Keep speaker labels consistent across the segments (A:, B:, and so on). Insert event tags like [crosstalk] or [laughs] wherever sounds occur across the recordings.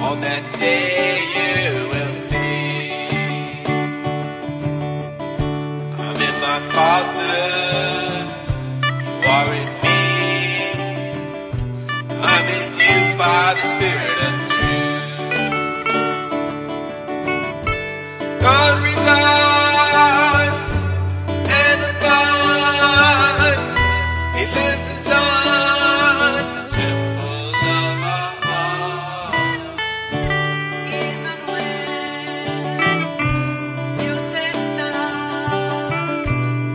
A: On that day you will see I'm in my Father, you are in me. I'm in you by the Spirit of truth. God resides and abides. He lives inside the temple of our heart.
B: Dios está,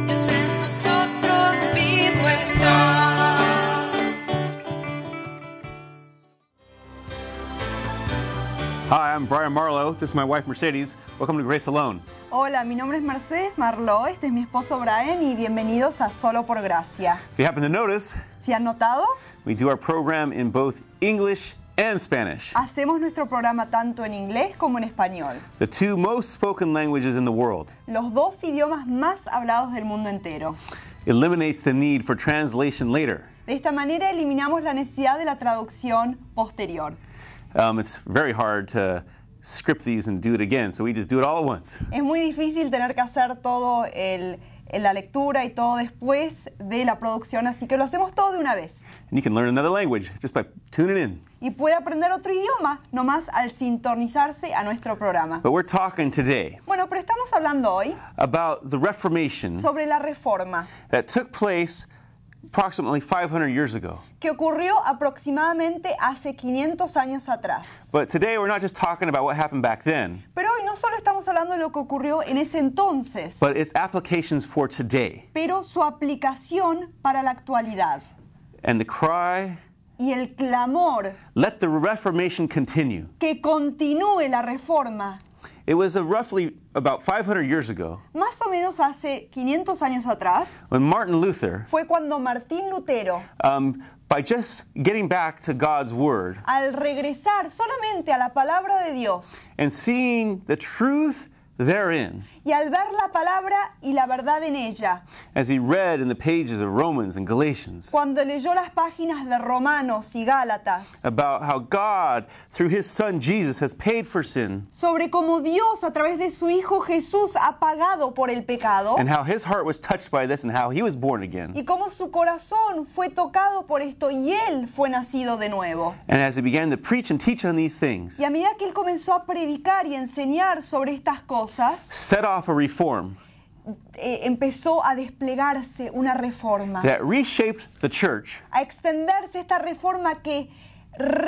B: Dios en nosotros vivo está.
C: Hi, I'm Brian Marlowe. This is my wife Mercedes. Welcome to Grace Alone.
D: Hola, mi nombre es Mercedes Marló, este es mi esposo Brian y bienvenidos a Solo por Gracia.
C: If you happen to notice,
D: ¿Se han notado?
C: we do our program in both English and Spanish,
D: Hacemos nuestro programa tanto en inglés como en español,
C: the two most spoken languages in the world.
D: los dos idiomas más hablados del mundo entero.
C: It eliminates the need for translation later.
D: De esta manera eliminamos la necesidad de la traducción posterior.
C: Um, it's very hard to script these and do it again, so we just do it all at once.
D: Es muy difícil tener que hacer todo el, la lectura y todo después de la producción, así que lo hacemos todo de una vez.
C: And you can learn another language just by tuning in.
D: Y puede aprender otro idioma nomás al sintonizarse a nuestro programa.
C: But we're talking today
D: Bueno, pero estamos hablando hoy
C: about the Reformation
D: sobre la reforma
C: that took place approximately 500 years ago.
D: que ocurrió aproximadamente hace 500 años atrás.
C: But today we're not just talking about what happened back then.
D: Pero hoy no solo estamos hablando de lo que ocurrió en ese entonces,
C: but its applications for today.
D: pero su aplicación para la actualidad
C: And the cry,
D: y el clamor
C: let the Reformation continue.
D: que continúe la reforma.
C: It was uh, roughly about 500 years ago
D: Más o menos hace 500 años atrás
C: when Martin Luther,
D: fue cuando Martín Lutero,
C: um, by just getting back to God's Word
D: al regresar solamente a la palabra de Dios
C: and seeing the truth therein,
D: y al ver la palabra y la verdad en ella,
C: as he read in the pages of Romans and Galatians,
D: cuando leyó las páginas de Romanos y Gálatas,
C: about how God, through his Son Jesus, has paid for sin
D: sobre cómo Dios a través de su Hijo Jesús ha pagado por el pecado
C: and how his heart was touched by this and how he was born again.
D: y cómo su corazón fue tocado por esto y él fue nacido de nuevo.
C: And as he began to preach and teach on these things,
D: Y a medida que él comenzó a predicar y a enseñar sobre estas cosas,
C: set off a reform
D: eh, empezó a desplegarse una reforma,
C: that reshaped the church
D: a extenderse esta reforma que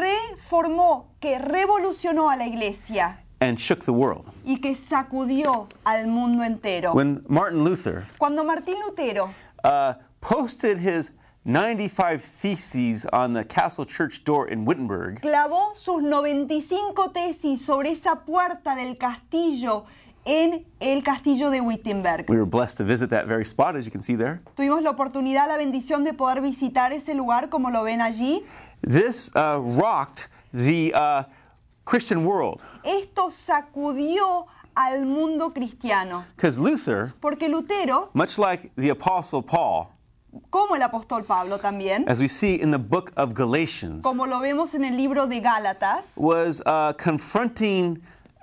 D: reformó, que revolucionó a la iglesia
C: and shook the world.
D: y que sacudió al mundo entero.
C: When Martin Luther
D: Cuando Martín Lutero
C: uh, posted his 95 theses on the castle church door in Wittenberg,
D: clavó sus 95 tesis sobre esa puerta del castillo en el castillo de Wittenberg.
C: we were blessed to visit that very spot, as you can see there.
D: Tuvimos la oportunidad, la bendición de poder visitar ese lugar, como lo ven allí.
C: This uh, rocked the uh, Christian world
D: Esto sacudió al mundo cristiano,
C: because Luther,
D: porque Lutero,
C: much like the Apostle Paul,
D: como el apóstol Pablo también,
C: as we see in the book of Galatians,
D: como lo vemos en el libro de Gálatas,
C: was uh, confronting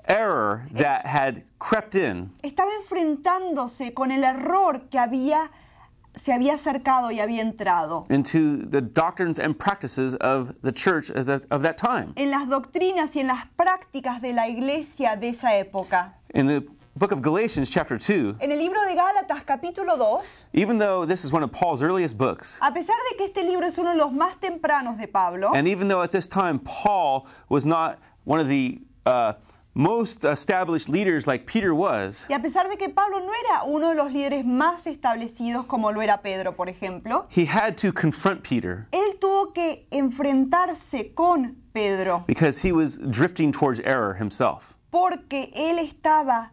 C: error that had crept in
D: estaba enfrentándose con el error que había se había acercado y había entrado.
C: into the doctrines and practices of the church of that, of that time.
D: en las doctrinas y en las prácticas de la iglesia de esa época.
C: In the book of Galatians, chapter 2,
D: En el libro de Gálatas capítulo 2,
C: even though this is one of Paul's earliest books,
D: a pesar de que este libro es uno de los más tempranos de Pablo,
C: and even though at this time Paul was not one of the uh, most established leaders like Peter was,
D: y a pesar de que Pablo no era uno de los líderes más establecidos como lo era Pedro, por ejemplo,
C: he had to confront Peter
D: él tuvo que enfrentarse con Pedro
C: because he was drifting towards error himself.
D: porque él estaba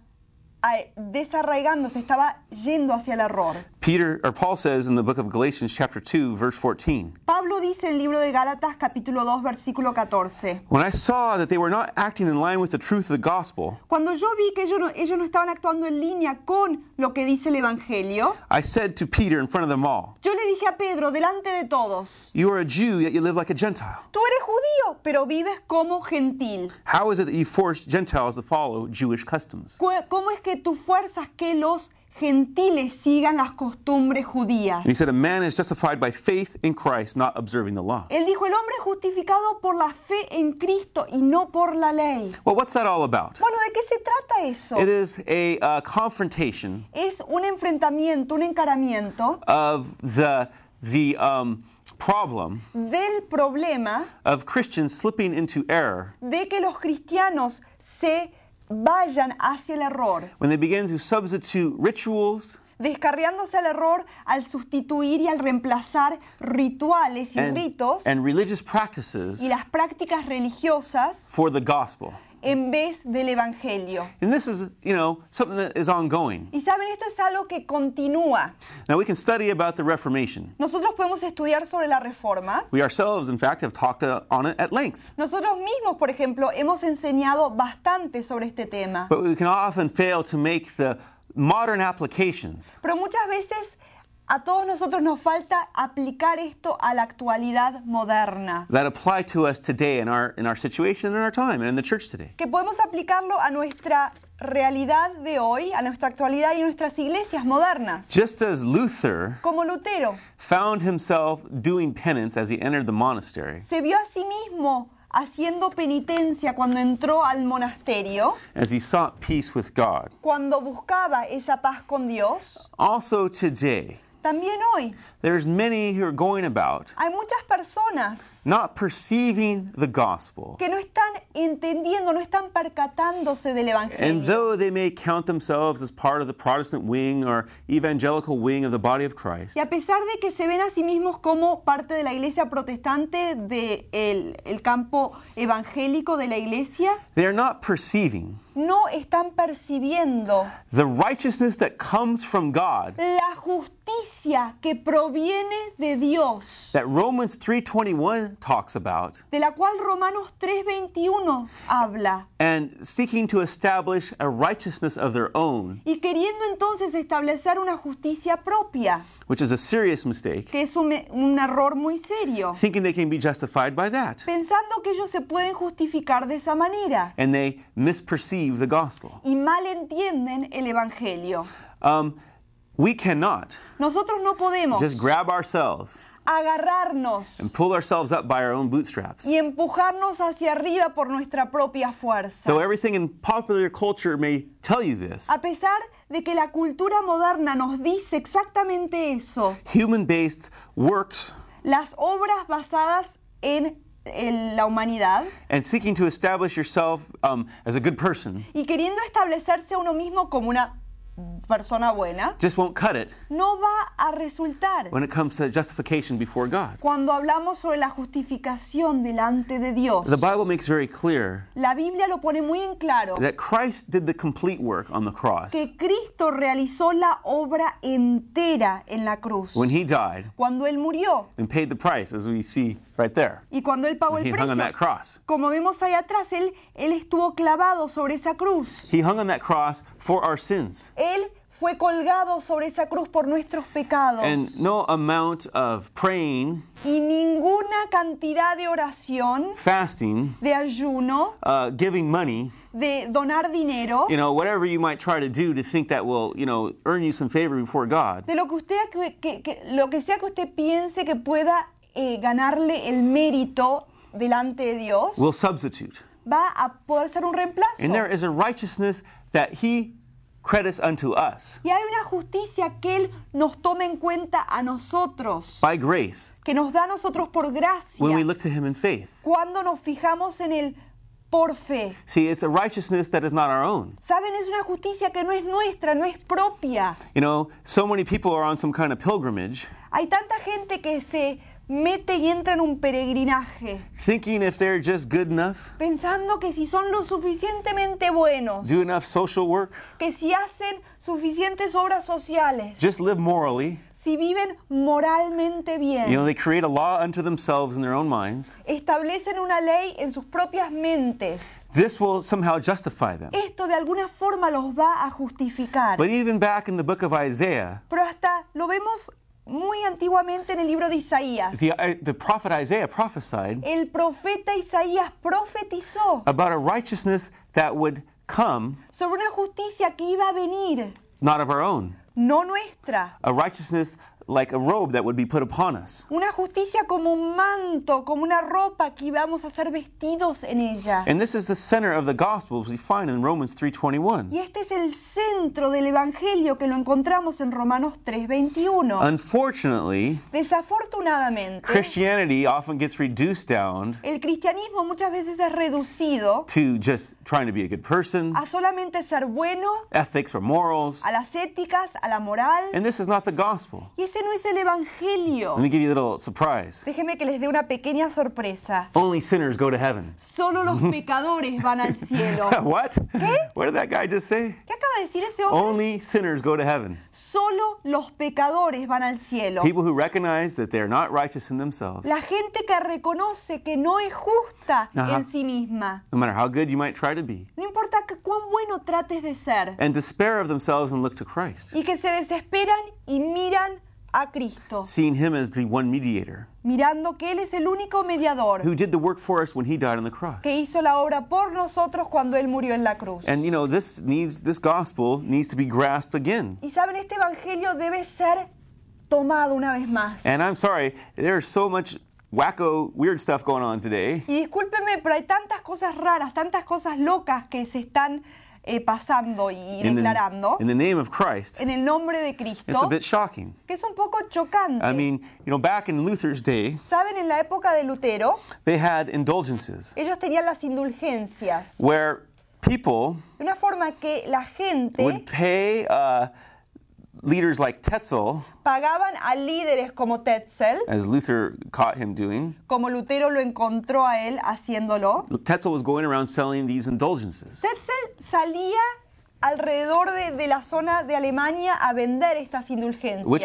D: ah, desarraigándose, estaba yendo hacia el error.
C: Peter or Paul says in the book of Galatians chapter 2 verse 14,
D: Pablo dice en el libro de Gálatas capítulo 2 versículo 14.
C: when I saw that they were not acting in line with the truth of the gospel,
D: Cuando yo vi que ellos no, ellos no estaban actuando en línea con lo que dice el Evangelio,
C: I said to Peter in front of them all,
D: yo le dije a Pedro delante de todos,
C: you are a Jew yet you live like a Gentile.
D: tú eres judío, pero vives como gentil.
C: How is it that you force Gentiles to follow Jewish customs?
D: Cu- ¿Cómo es que tú fuerzas que los gentiles sigan las costumbres judías?
C: And he said, A man is justified by faith in Christ, not observing the law.
D: Él dijo, el hombre es justificado por la fe en Cristo y no por la ley.
C: Well, what's that all about?
D: Bueno, ¿de qué se trata eso?
C: It is a uh, confrontation
D: Es un enfrentamiento, un encaramiento
C: of the, the um, problem
D: del problema
C: of Christians slipping into error
D: de que los cristianos se vayan hacia el error,
C: when they begin to substitute rituals
D: descarriándose al error al sustituir y al reemplazar rituales y
C: and,
D: ritos
C: and religious practices
D: y las prácticas religiosas
C: for the gospel.
D: en vez del evangelio.
C: And this is, you know, something that is ongoing.
D: Y saben, esto es algo que continúa.
C: Now, we can study about the Reformation.
D: Nosotros podemos estudiar sobre la reforma.
C: We ourselves, in fact, have talked uh, on it at length.
D: Nosotros mismos, por ejemplo, hemos enseñado bastante sobre este tema,
C: But we can often fail to make the modern applications
D: pero muchas veces a todos nosotros nos falta aplicar esto a la actualidad moderna,
C: that apply to us today in our, in our situation, in our time, and in the church today.
D: que podemos aplicarlo a nuestra realidad de hoy, a nuestra actualidad y nuestras iglesias modernas,
C: Just as Luther
D: como Lutero
C: found himself doing penance as he entered the monastery,
D: se vio a sí mismo haciendo penitencia cuando entró al monasterio,
C: as he sought peace with God.
D: cuando buscaba esa paz con Dios,
C: Also today,
D: también hoy
C: there's many who are going about
D: hay muchas personas
C: not perceiving the gospel.
D: que no están entendiendo, no están percatándose del
C: And
D: Evangelio.
C: though they may count themselves as part of the Protestant wing or evangelical wing of the body of Christ,
D: Y a pesar de que se ven a sí mismos como parte de la iglesia protestante, del el campo evangélico de la iglesia,
C: they are not perceiving
D: no están percibiendo
C: the righteousness that comes from God
D: la justicia que proviene de Dios,
C: that Romans 3:21 talks about
D: de la cual Romanos 3:21 habla,
C: and seeking to establish a righteousness of their own,
D: y queriendo entonces establecer una justicia propia,
C: which is a serious mistake,
D: que es un, un error muy serio.
C: thinking they can be justified by that.
D: pensando que ellos se pueden justificar de esa manera
C: And they misperceive the gospel.
D: y mal entienden el Evangelio.
C: Um, we cannot
D: Nosotros no podemos
C: just grab ourselves
D: agarrarnos
C: and pull ourselves up by our own bootstraps.
D: y empujarnos hacia arriba por nuestra propia fuerza.
C: Though everything in popular culture may tell you this,
D: A pesar de que la cultura moderna nos dice exactamente eso,
C: human based works
D: las obras basadas en, en la humanidad
C: and seeking to establish yourself um, as a good person
D: y queriendo establecerse a uno mismo como una persona buena,
C: just won't cut it
D: no va a resultar.
C: when it comes to justification before God.
D: Cuando hablamos sobre la justificación delante de Dios,
C: The Bible makes very clear
D: la Biblia lo pone muy en claro,
C: that Christ did the complete work on the cross
D: que Cristo realizó la obra entera en la cruz,
C: when he died
D: cuando Él murió
C: and paid the price, as we see right there.
D: y cuando Él pagó
C: He
D: el
C: hung on that
D: precio.
C: cross.
D: Como vemos ahí atrás, él, él estuvo clavado sobre esa cruz.
C: He hung on that cross for our sins.
D: Él fue colgado sobre esa cruz por nuestros pecados.
C: And no amount of praying,
D: Y ninguna cantidad de oración,
C: fasting,
D: de ayuno,
C: uh, giving money,
D: de donar dinero,
C: you know, whatever you might try to do to think that will, you know, earn you some favor before God,
D: de lo que usted que- que- lo que sea que usted piense que pueda eh, ganarle el mérito delante de Dios
C: will substitute.
D: va a poder ser un reemplazo
C: And there is a righteousness that He credits unto us
D: y hay una justicia que él nos toma en cuenta a nosotros
C: by grace
D: que nos da a nosotros por gracia
C: when we look to Him in faith.
D: cuando nos fijamos en el por fe
C: See, it's a righteousness that is not our own.
D: saben es una justicia que no es nuestra no es propia
C: You know, so many people are on some kind of pilgrimage
D: hay tanta gente que se mete y entra en un peregrinaje,
C: thinking if they're just good enough,
D: pensando que si son lo suficientemente buenos,
C: do enough social work,
D: que si hacen suficientes obras sociales,
C: just live morally,
D: si viven moralmente
C: you know,
D: bien,
C: they create a law unto themselves in their own minds,
D: establecen una ley en sus propias mentes,
C: this will somehow justify them.
D: esto de alguna forma los va a justificar.
C: But even back in the book of Isaiah,
D: Pero hasta lo vemos muy antiguamente en el libro de Isaías.
C: the, I the prophet Isaiah prophesied
D: El profeta Isaías profetizó
C: about a righteousness that would come
D: sobre una justicia que iba a venir,
C: not of our own,
D: no nuestra.
C: a righteousness like a robe that would be put upon us.
D: Una justicia como un manto, como una ropa que íbamos a ser vestidos en ella.
C: And this is the center of the gospel as we find in Romans 3:21.
D: Y este es el centro del Evangelio que lo encontramos en Romanos
C: Ah.
D: 3:21.
C: Unfortunately,
D: Desafortunadamente,
C: Christianity often gets reduced down
D: el cristianismo muchas veces es reducido
C: to just trying to be a good person,
D: a solamente ser bueno,
C: ethics or morals,
D: a las éticas, a la moral.
C: and this is not the gospel.
D: Y ese no es el Evangelio.
C: Let me give you a little surprise.
D: Déjeme que les dé una pequeña sorpresa.
C: Only sinners go to heaven.
D: Solo
C: [laughs]
D: los pecadores van al cielo.
C: what? What did that guy just say?
D: ¿Qué acaba de decir ese hombre?
C: Only sinners go to heaven.
D: Solo los pecadores van al cielo.
C: People who recognize that they're not righteous in themselves,
D: La gente que reconoce que no es justa
C: Ajá.
D: en sí misma.
C: no matter how good you might try to be,
D: No importa que- cuán bueno trates de ser.
C: and despair of themselves and look to Christ,
D: Y que se desesperan y miran a Cristo.
C: seeing Him as the one mediator
D: Mirando que Él es el único mediador
C: who did the work for us when He died on the cross.
D: que hizo la obra por nosotros cuando Él murió en la cruz.
C: And you know, this needs this gospel needs to be grasped again.
D: Y saben, este evangelio debe ser tomado una vez más.
C: And I'm sorry, there's so much wacko weird stuff going on today.
D: Y discúlpenme, pero hay tantas cosas raras, tantas cosas locas que se están eh, pasando y
C: In the,
D: declarando
C: in the name of Christ.
D: en el nombre de
C: It's a
D: Cristo,
C: bit shocking.
D: que es un poco chocante.
C: I mean, you know, back in Luther's day,
D: Saben, en la época de Lutero,
C: they had indulgences
D: ellos tenían las indulgencias. De
C: where people
D: una forma que la gente
C: would pay uh, leaders like Tetzel,
D: pagaban a líderes como Tetzel,
C: as Luther caught him doing.
D: como Lutero lo encontró a él haciéndolo.
C: Tetzel was going around selling these indulgences.
D: Tetzel salía alrededor de, de la zona de Alemania a vender estas
C: which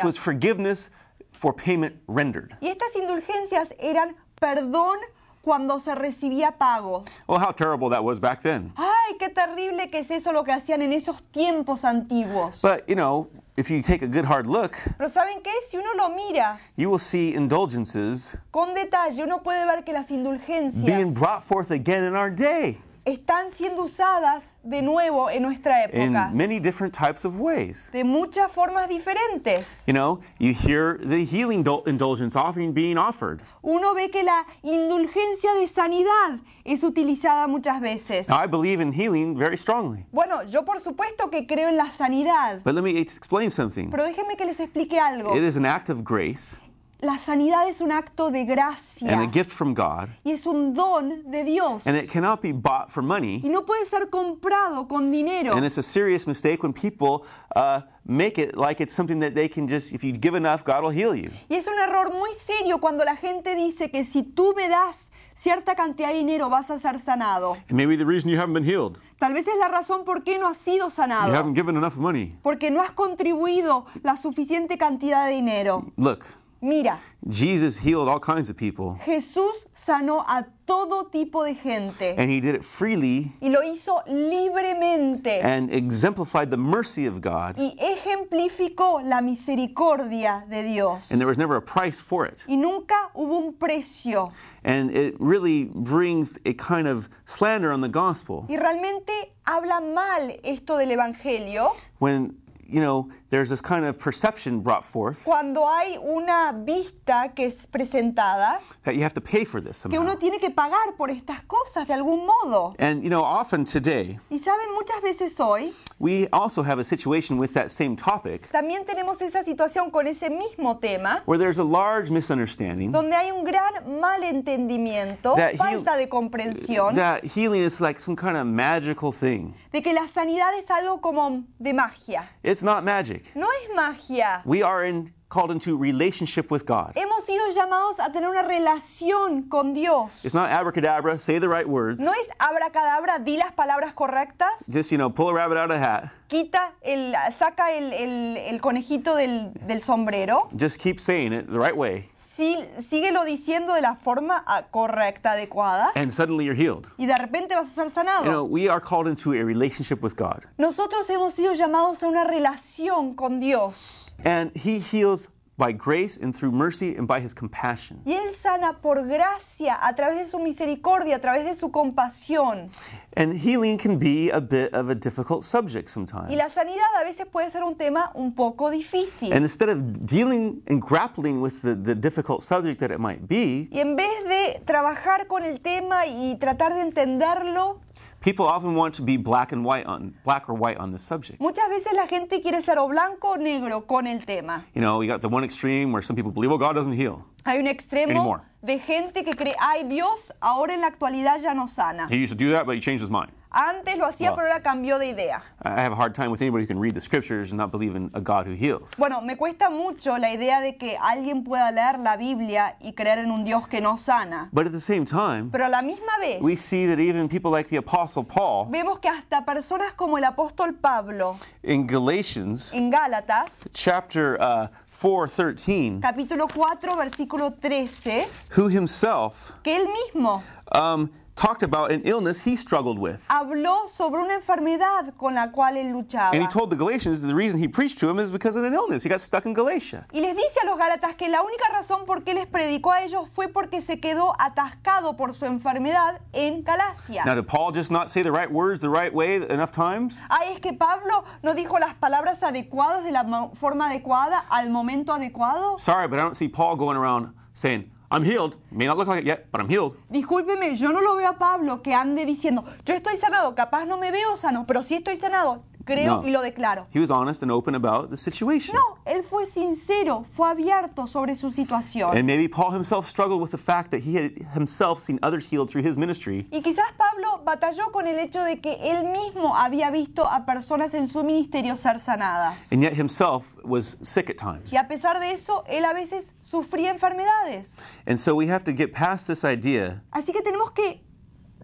C: was
D: indulgencias.
C: forgiveness for payment rendered.
D: Y estas indulgencias eran perdón cuando se recibía pagos.
C: Oh, how terrible that was back then.
D: ¡Ay, qué terrible que es eso lo que hacían en esos tiempos antiguos!
C: But, you know, if you take a good hard look,
D: Pero ¿saben qué? Si uno lo mira
C: you will see indulgences
D: con detalle, uno puede ver que las
C: being
D: indulgencias
C: brought forth again in our day
D: están siendo usadas de nuevo en nuestra
C: in
D: época,
C: many different types of ways.
D: de muchas formas diferentes.
C: You know, you hear the healing dul- indulgence offering being offered.
D: Uno ve que la indulgencia de sanidad es utilizada muchas veces.
C: Now, I believe in healing very strongly,
D: Bueno, yo por supuesto que creo en la sanidad,
C: but let me explain something.
D: pero déjenme que les explique algo.
C: It is an act of grace
D: La sanidad es un acto de gracia
C: and a gift from God,
D: y es un don de Dios.
C: and it cannot be bought for
D: Y
C: money.
D: no puede ser comprado con dinero.
C: And it's a serious mistake when people uh, make it like it's something that they can just, if you give enough, God will heal you.
D: Y es un error muy serio cuando la gente dice que si tú me das cierta cantidad de dinero vas a ser sanado.
C: And maybe the reason you haven't been healed,
D: Tal vez es la razón por qué no has sido
C: you haven't
D: sanado.
C: given enough money.
D: Porque no has contribuido la suficiente cantidad de dinero.
C: Look,
D: Mira,
C: Jesus healed all kinds of people,
D: Jesús sanó a todo tipo de gente.
C: and he did it freely
D: y lo hizo libremente
C: and exemplified the mercy of God,
D: y ejemplificó la misericordia de Dios.
C: and there was never a price for it.
D: Y nunca hubo un precio.
C: And it really brings a kind of slander on the gospel
D: Y realmente habla mal esto del Evangelio
C: when, you know, there's this kind of perception brought forth
D: cuando hay una vista que es presentada
C: that you have to pay for this
D: que uno
C: somehow.
D: tiene que pagar por estas cosas de algún modo.
C: And, you know, often today,
D: Y saben, muchas veces hoy
C: we also have a situation with that same topic
D: también tenemos esa situación con ese mismo tema
C: where there's a large misunderstanding
D: donde hay un gran malentendimiento,
C: That heal-
D: falta de comprensión.
C: that healing is like some kind of magical thing.
D: de que la sanidad es algo como de magia.
C: It's not magic.
D: No es magia.
C: We are in called into relationship with God.
D: Hemos sido llamados a tener una relación con Dios.
C: It's not abracadabra, say the right words.
D: No es abracadabra, di las palabras correctas,
C: Just, you know, pull a rabbit out of a hat.
D: quita el, saca el, el- el conejito del, del sombrero.
C: Just keep saying it the right way,
D: Sí, síguelo diciendo de la forma ah, correcta, adecuada,
C: and suddenly you're healed.
D: y de repente vas a ser
C: You know,
D: sanado.
C: we are called into a relationship with God,
D: Nosotros hemos sido llamados a una relación con Dios.
C: and He heals by grace and through mercy and by His compassion.
D: Y Él sana por gracia, a través de su misericordia, a través de su compasión.
C: And healing can be a bit of a difficult subject sometimes.
D: Y la sanidad a veces puede ser un tema un poco difícil.
C: And instead of dealing and grappling with the, the difficult subject that it might be,
D: Y en vez de trabajar con el tema y tratar de entenderlo,
C: people often want to be black and white on black or white on this subject.
D: muchas veces la gente quiere ser o blanco o negro con el tema.
C: You know, you got the one extreme where some people believe, well, God doesn't heal.
D: Hay un extremo
C: Anymore.
D: de gente que cree, ay Dios, ahora en la actualidad ya no sana.
C: He used to do that, but he changed his mind.
D: Antes lo hacía,
C: Wow.
D: pero ahora cambió de idea.
C: I I have a hard time with anybody who can read the scriptures and not believe in a God who heals.
D: Bueno, me cuesta mucho la idea de que alguien pueda leer la Biblia y creer en un Dios que no sana.
C: But at the same time,
D: Pero a la misma vez
C: we see that even people like the Apostle Paul
D: vemos que hasta personas como el apóstol Pablo
C: in Galatians
D: en Gálatas,
C: chapter uh, 4 13,
D: capítulo 4, versículo 13,
C: who himself
D: que él mismo
C: um, talked about an illness he struggled with.
D: habló sobre una enfermedad con la cual él luchaba.
C: And he told the Galatians the reason he preached to him is because of an illness. He got stuck in Galatia.
D: Y les dice a los Gálatas que la única razón por qué les predicó a ellos fue porque se quedó atascado por su enfermedad en Galacia.
C: Now, did Paul just not say the right words the right way enough times?
D: Ay, es que Pablo no dijo las palabras adecuadas de la mo- forma adecuada al momento adecuado.
C: Sorry, but I don't see Paul going around saying, I'm healed. May not look like it yet, but I'm healed.
D: Discúlpeme, yo no lo veo a Pablo que ande diciendo, yo estoy sanado, capaz no me veo sano, pero sí estoy sanado, creo
C: No.
D: y lo declaro.
C: He was honest and open about the situation.
D: No, él fue sincero, fue abierto sobre su situación.
C: And maybe Paul himself struggled with the fact that he had himself seen others healed through his ministry.
D: Y quizás Pablo batalló con el hecho de que él mismo había visto a personas en su ministerio ser sanadas.
C: And yet himself was sick at times.
D: Y a pesar de eso, él a veces sufría enfermedades.
C: And so we have to get past this idea
D: Así que tenemos que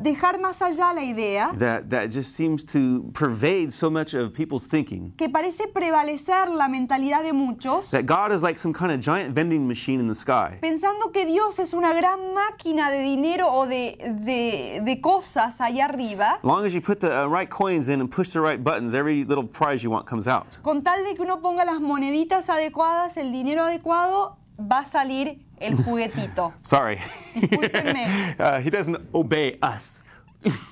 D: dejar más allá la idea
C: that, that just seems to pervade so much of people's thinking.
D: que parece prevalecer la mentalidad de muchos,
C: That God is like some kind of giant vending machine in the sky.
D: pensando que Dios es una gran máquina de dinero o de, de- de cosas allá arriba,
C: As long as you put the uh, right coins in and push the right buttons, every little prize you want comes out.
D: con tal de que uno ponga las moneditas adecuadas, el dinero adecuado, va a salir el juguetito.
C: Sorry.
D: Discúlpenme.
C: [laughs] uh, he doesn't obey us.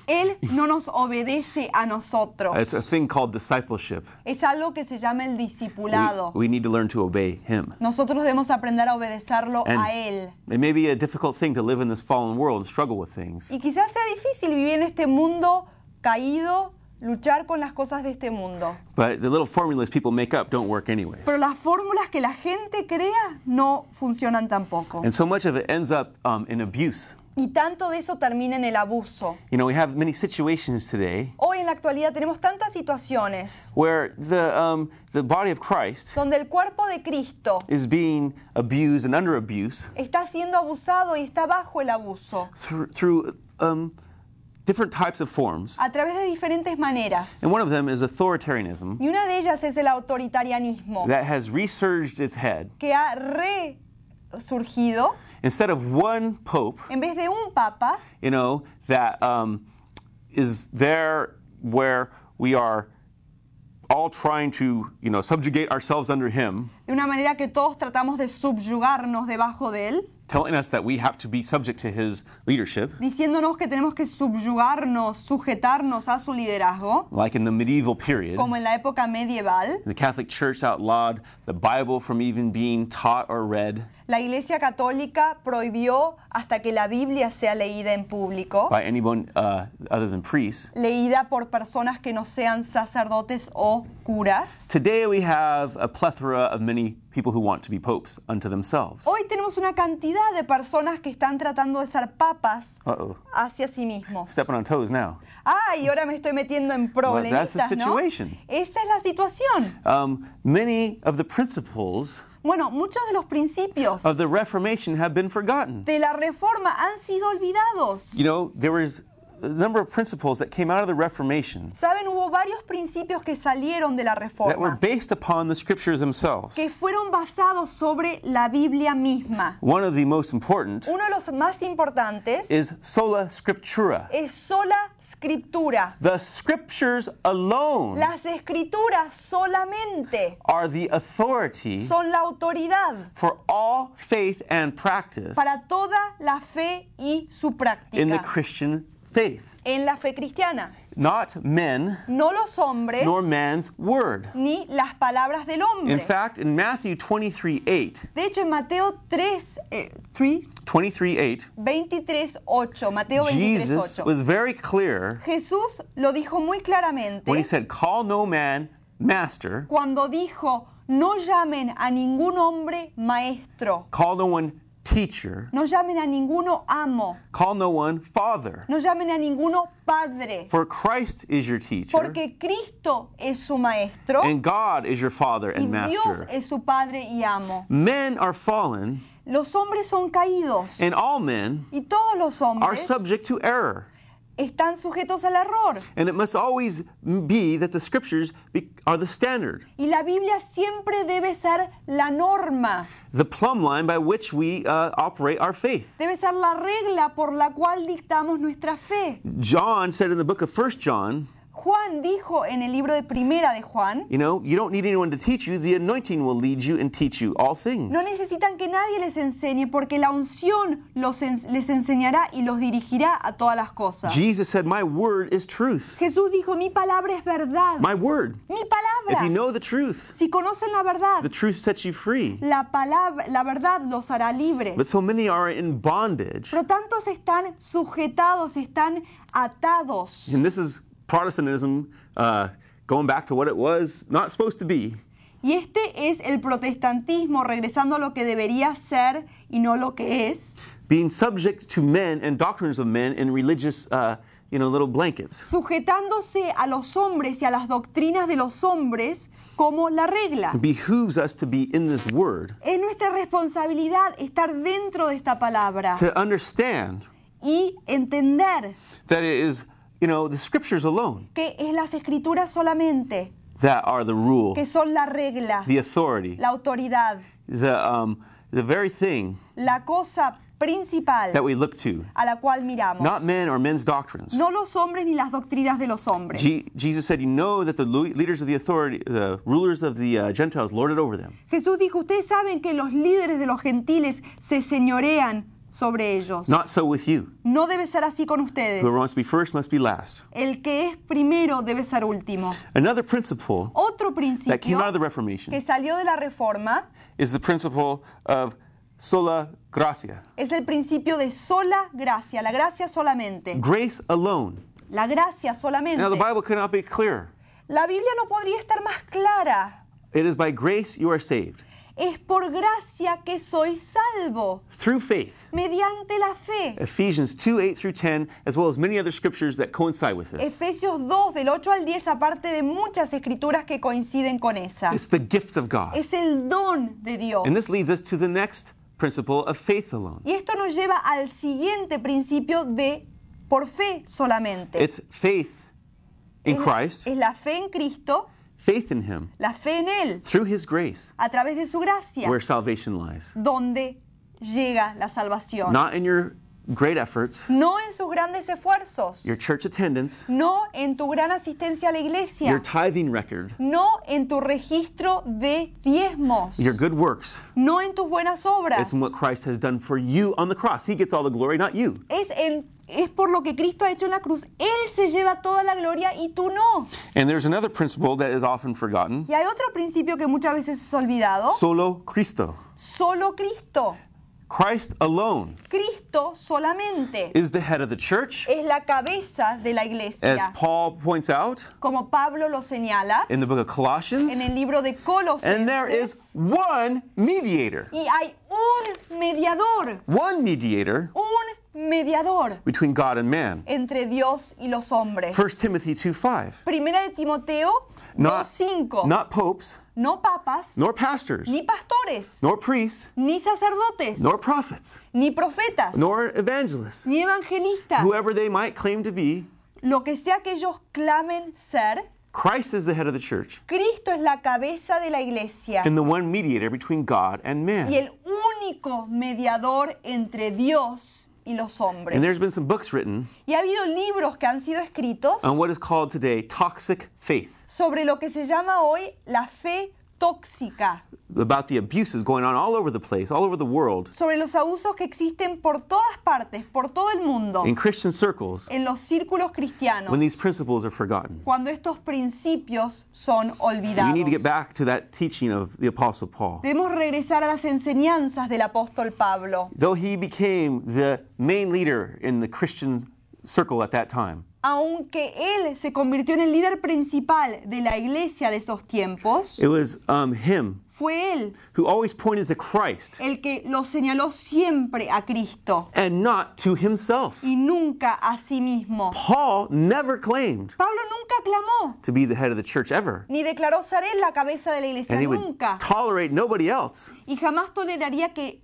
D: Él no nos obedece a
C: It's a
D: nosotros.
C: thing called discipleship.
D: Es algo que se llama el
C: We,
D: discipulado.
C: we need to learn to obey him.
D: Nosotros debemos aprender a obedecerlo
C: And
D: a Él.
C: It may be a difficult thing to live in this fallen world and struggle with things.
D: Y quizás sea difícil vivir en este mundo caído, luchar con las cosas de este mundo.
C: But the little formulas people make up don't work anyway.
D: Pero las fórmulas que la gente crea no funcionan tampoco.
C: And so much of it ends up um, in abuse.
D: Y tanto de eso termina en el abuso.
C: You know, we have many situations today
D: Hoy en la actualidad tenemos tantas situaciones
C: where the, um, the body of Christ
D: donde el cuerpo de Cristo
C: is being abused and under abuse
D: está siendo abusado y está bajo el abuso
C: through, through um, different types of forms.
D: a través de diferentes maneras.
C: And one of them is authoritarianism
D: Y una de ellas es el autoritarianismo,
C: that has resurged its head.
D: que ha resurgido
C: Instead of one pope,
D: en vez de un papa
C: you know, that um, is there where we are all trying to, you know, subjugate ourselves under him,
D: de una manera que todos tratamos de subyugarnos debajo de él,
C: telling us that we have to be subject to his leadership,
D: diciéndonos que tenemos que subyugarnos, sujetarnos a su liderazgo,
C: like in the medieval period.
D: como en la época medieval.
C: The Catholic Church outlawed the Bible from even being taught or read
D: La Iglesia Católica prohibió hasta que la Biblia sea leída en público,
C: by anyone uh, other than priests.
D: leída por personas que no sean sacerdotes o curas.
C: Today we have a plethora of many people who want to be popes unto themselves.
D: Hoy tenemos una cantidad de personas que están tratando de ser papas
C: Uh-oh.
D: hacia sí mismos.
C: Stepping on toes now.
D: Ah, y ahora me estoy metiendo en
C: that's the
D: problemitas, ¿no?
C: situation.
D: Esa es la situación.
C: Um, many of the principles
D: Bueno, muchos de los principios
C: of the Reformation have been forgotten.
D: de la reforma han sido olvidados.
C: You know, there was a number of principles that came out of the Reformation
D: Saben, hubo varios principios que salieron de la
C: that were
D: reforma,
C: based upon the scriptures themselves.
D: que fueron basados sobre la Biblia misma.
C: One of the most important
D: Uno de los más importantes
C: is sola scriptura.
D: es sola escritura.
C: The scriptures alone
D: Las escrituras solamente
C: are the authority
D: son la autoridad
C: for all faith and practice
D: para toda la fe y su
C: in the
D: práctica
C: Christian faith,
D: en la fe cristiana.
C: not men
D: No los hombres
C: nor man's word.
D: ni las palabras del
C: In
D: hombre.
C: fact, in Matthew 23 8,
D: De hecho, en Mateo 3, eh, 3,
C: 23 8,
D: 23, 8, Mateo 23,
C: Jesus
D: 8.
C: was very clear
D: Jesús lo dijo muy claramente
C: when he said, Call no man master,
D: cuando dijo, no llamen a ningún hombre maestro,
C: call no one teacher,
D: no llamen a ninguno amo,
C: call no one father.
D: no llamen a ninguno padre,
C: For Christ is your teacher,
D: porque Cristo es su maestro
C: and God is your father
D: y
C: and
D: Dios
C: master.
D: es su padre y amo.
C: Men are fallen,
D: Los hombres son caídos
C: and all men
D: y todos los
C: are
D: hombres
C: subject to error.
D: están sujetos al error.
C: And it must always be that the scriptures be, are the standard,
D: Y la Biblia siempre debe ser la norma,
C: the plumb line by which we uh, operate our faith.
D: debe ser la regla por la cual dictamos nuestra fe.
C: John said in the book of 1 John,
D: Juan dijo en el libro de Primera de Juan,
C: you know, you don't need anyone to teach you, the anointing will lead you and teach you all things.
D: no necesitan que nadie les enseñe porque la unción los en- les enseñará y los dirigirá a todas las cosas.
C: Jesus said, My word is truth.
D: Jesús dijo, mi palabra es verdad.
C: My word.
D: Mi
C: If you
D: palabra.
C: know the truth,
D: Si conocen la verdad,
C: the truth sets you free.
D: la palabra, la verdad los hará libres.
C: But so many are in bondage.
D: Pero tantos están sujetados, están atados.
C: And this is Protestantism uh, going back to what it was not supposed to be.
D: Y este es el protestantismo, regresando a lo que debería ser y no lo que es,
C: being subject to men and doctrines of men in religious, uh, you know, little blankets.
D: sujetándose a los hombres y a las doctrinas de los hombres como la regla.
C: It behooves us to be in this word,
D: Es nuestra responsabilidad estar dentro de esta palabra
C: to understand
D: y entender
C: that it is, you know, the scriptures alone
D: que es las escrituras solamente,
C: that are the rule,
D: que son la regla,
C: the authority,
D: la autoridad,
C: the, um, the very thing
D: la cosa principal
C: that we look to,
D: a la cual miramos.
C: not men or men's doctrines.
D: No los hombres ni las doctrinas de los hombres.
C: Je- Jesus said, "You know that the lu- leaders of the authority, the rulers of the uh, Gentiles, lord it over them."
D: Jesús dijo, ustedes saben que los líderes de los gentiles se señorean sobre ellos.
C: Not so with you.
D: No debe ser así con ustedes.
C: Whoever wants to be first must be last.
D: El que es primero debe ser último.
C: Another principle
D: Otro
C: that came
D: principio
C: out of the Reformation
D: que salió de la reforma
C: is the principle of sola gratia,
D: es el principio de sola gracia, la gracia solamente.
C: grace alone.
D: La gracia solamente.
C: Now, the Bible could not be clearer.
D: La Biblia no podría estar más clara.
C: It is by grace you are saved,
D: Es por gracia que soy salvo,
C: through faith.
D: mediante la fe.
C: Ephesians 2 8 through 10, as well as many other scriptures that coincide with this.
D: Efesios 2, del 8 al 10, aparte de muchas escrituras que coinciden con esa.
C: It's the gift of God.
D: Es el don de Dios.
C: And this leads us to the next principle of faith alone
D: Y esto nos lleva al siguiente principio de por fe solamente.
C: it's faith in
D: Es-
C: Christ,
D: Es la fe en Cristo,
C: faith in Him,
D: la fe en Él,
C: through His grace,
D: a través de su gracia,
C: where salvation lies.
D: donde llega la salvación.
C: Not in your great efforts,
D: No en sus grandes esfuerzos,
C: your church attendance,
D: no en tu gran asistencia a la
C: your
D: iglesia,
C: tithing record,
D: no en tu registro de diezmos,
C: your good works.
D: no en tus buenas
C: It's
D: obras.
C: in what Christ has done for you on the cross. He gets all the glory, not you.
D: Es, en- es por lo que Cristo ha hecho en la cruz. Él se lleva toda la gloria y tú no.
C: And there's another principle that is often forgotten.
D: Y hay otro principio que muchas veces es olvidado.
C: Solo Cristo.
D: Solo Cristo.
C: Christ alone
D: Cristo solamente
C: is the head of the church,
D: es la cabeza de la
C: as
D: iglesia,
C: Paul points out
D: como Pablo lo señala
C: in the book of
D: en
C: Colossians.
D: el libro de
C: And there is
D: Colosenses.
C: one mediator.
D: Y hay un mediador,
C: One mediator
D: un mediador
C: between God and man.
D: entre Dios y los hombres.
C: 1 Timothy 2 5.
D: Primera de Timoteo
C: Not,
D: 2.5.
C: not popes,
D: no papas,
C: nor pastors,
D: ni pastores,
C: nor priests,
D: ni sacerdotes,
C: nor prophets,
D: ni profetas,
C: nor evangelists,
D: ni evangelistas.
C: whoever they might claim to be,
D: Lo que sea que ellos clamen ser,
C: Christ is the head of the church
D: Cristo es la cabeza de la iglesia
C: and the one mediator between God and
D: y
C: man.
D: el único mediador entre Dios y
C: And
D: los hombres.
C: there's been some books written
D: Y ha habido libros que han sido escritos
C: on what is called today toxic faith,
D: sobre lo que se llama hoy la fe tóxica,
C: about the abuses going on all over the place, all over the world,
D: sobre los abusos que existen por todas partes, por todo el mundo,
C: in Christian circles,
D: en los círculos cristianos,
C: when these principles are forgotten.
D: cuando estos principios son
C: We
D: olvidados.
C: need to get back to that teaching of the Apostle Paul.
D: Debemos regresar a las enseñanzas del apóstol Pablo.
C: Though he became the main leader in the Christian circle at that time,
D: Aunque él se convirtió en el líder principal de la iglesia de esos tiempos,
C: it was um, him
D: fue él
C: who always pointed to Christ
D: el que lo señaló siempre a Cristo
C: and not to himself.
D: y nunca a sí mismo.
C: Paul never claimed
D: Pablo nunca clamó
C: to be the head of the church ever.
D: ni declaró ser él la cabeza de la iglesia
C: And he would
D: nunca
C: tolerate nobody else
D: y jamás toleraría que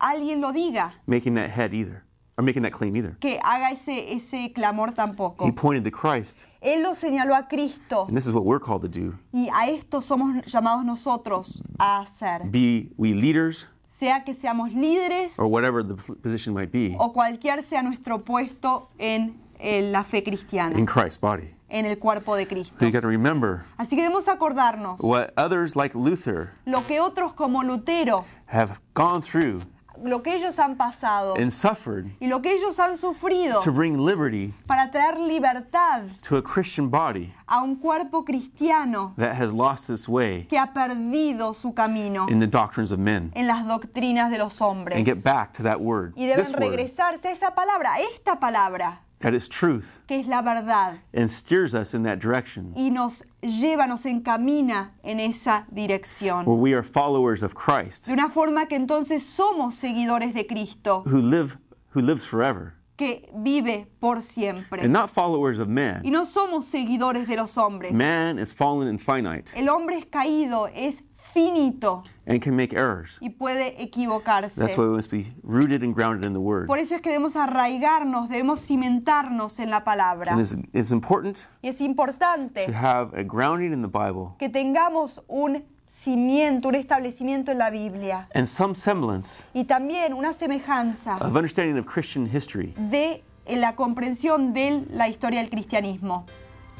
D: alguien lo diga,
C: making that head either, or making that claim either.
D: que haga ese, ese clamor
C: He
D: tampoco.
C: pointed to Christ,
D: Él lo señaló a Cristo
C: and this is what we're called to do
D: y a esto somos llamados nosotros a hacer,
C: be we leaders
D: sea que seamos líderes
C: or whatever the p- position might be
D: o cualquier sea nuestro puesto en, en la fe
C: in
D: cristiana,
C: Christ's body.
D: en el cuerpo de Cristo.
C: So you got to remember
D: Así que debemos acordarnos
C: what others like Luther
D: lo que otros como Lutero,
C: have gone through
D: lo que ellos han pasado
C: and suffered
D: y lo que ellos han sufrido
C: to bring liberty
D: para traer libertad
C: to a Christian body
D: a un cuerpo cristiano
C: that has lost its way
D: que ha perdido su camino
C: in the doctrines of men
D: en las doctrinas de los hombres.
C: and get back to that word,
D: Y deben
C: this word,
D: regresarse a esa palabra, a esta palabra,
C: that is truth
D: que es la verdad,
C: and steers us in that direction
D: y nos lleva, nos encamina en esa dirección.
C: where we are followers of Christ
D: De una forma que entonces somos seguidores de Cristo,
C: who live who lives forever
D: que vive por siempre.
C: and not followers of
D: Y
C: man.
D: no somos seguidores de los hombres.
C: Man is fallen and finite
D: El hombre es caído, es finito
C: and can make errors.
D: y puede
C: That's
D: equivocarse.
C: why we must be rooted and grounded in the word.
D: Por eso es que debemos arraigarnos, debemos cimentarnos en la palabra.
C: And it's, it's important
D: Y es
C: to
D: importante
C: have a grounding in the Bible
D: que tengamos un cimiento, un establecimiento en la Biblia
C: and some semblance
D: y también una semejanza
C: of understanding of Christian history.
D: de la comprensión de la historia del cristianismo.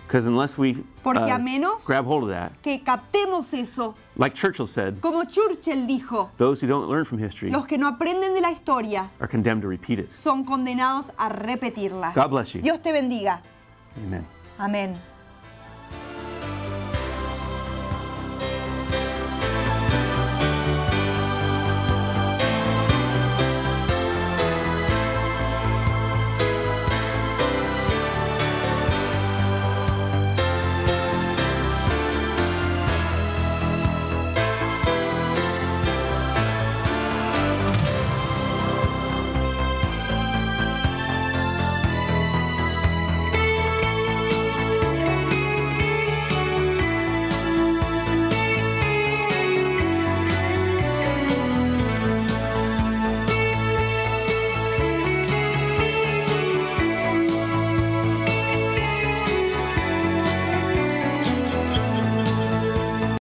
C: Because unless we uh,
D: Porque a menos-
C: grab hold of that,
D: Que captemos eso,
C: like Churchill said,
D: como Churchill dijo,
C: those who don't learn from history
D: los que no aprenden de la historia
C: are condemned to repeat it.
D: son condenados a repetirla.
C: God bless you.
D: Dios te bendiga.
C: Amen.
D: Amén.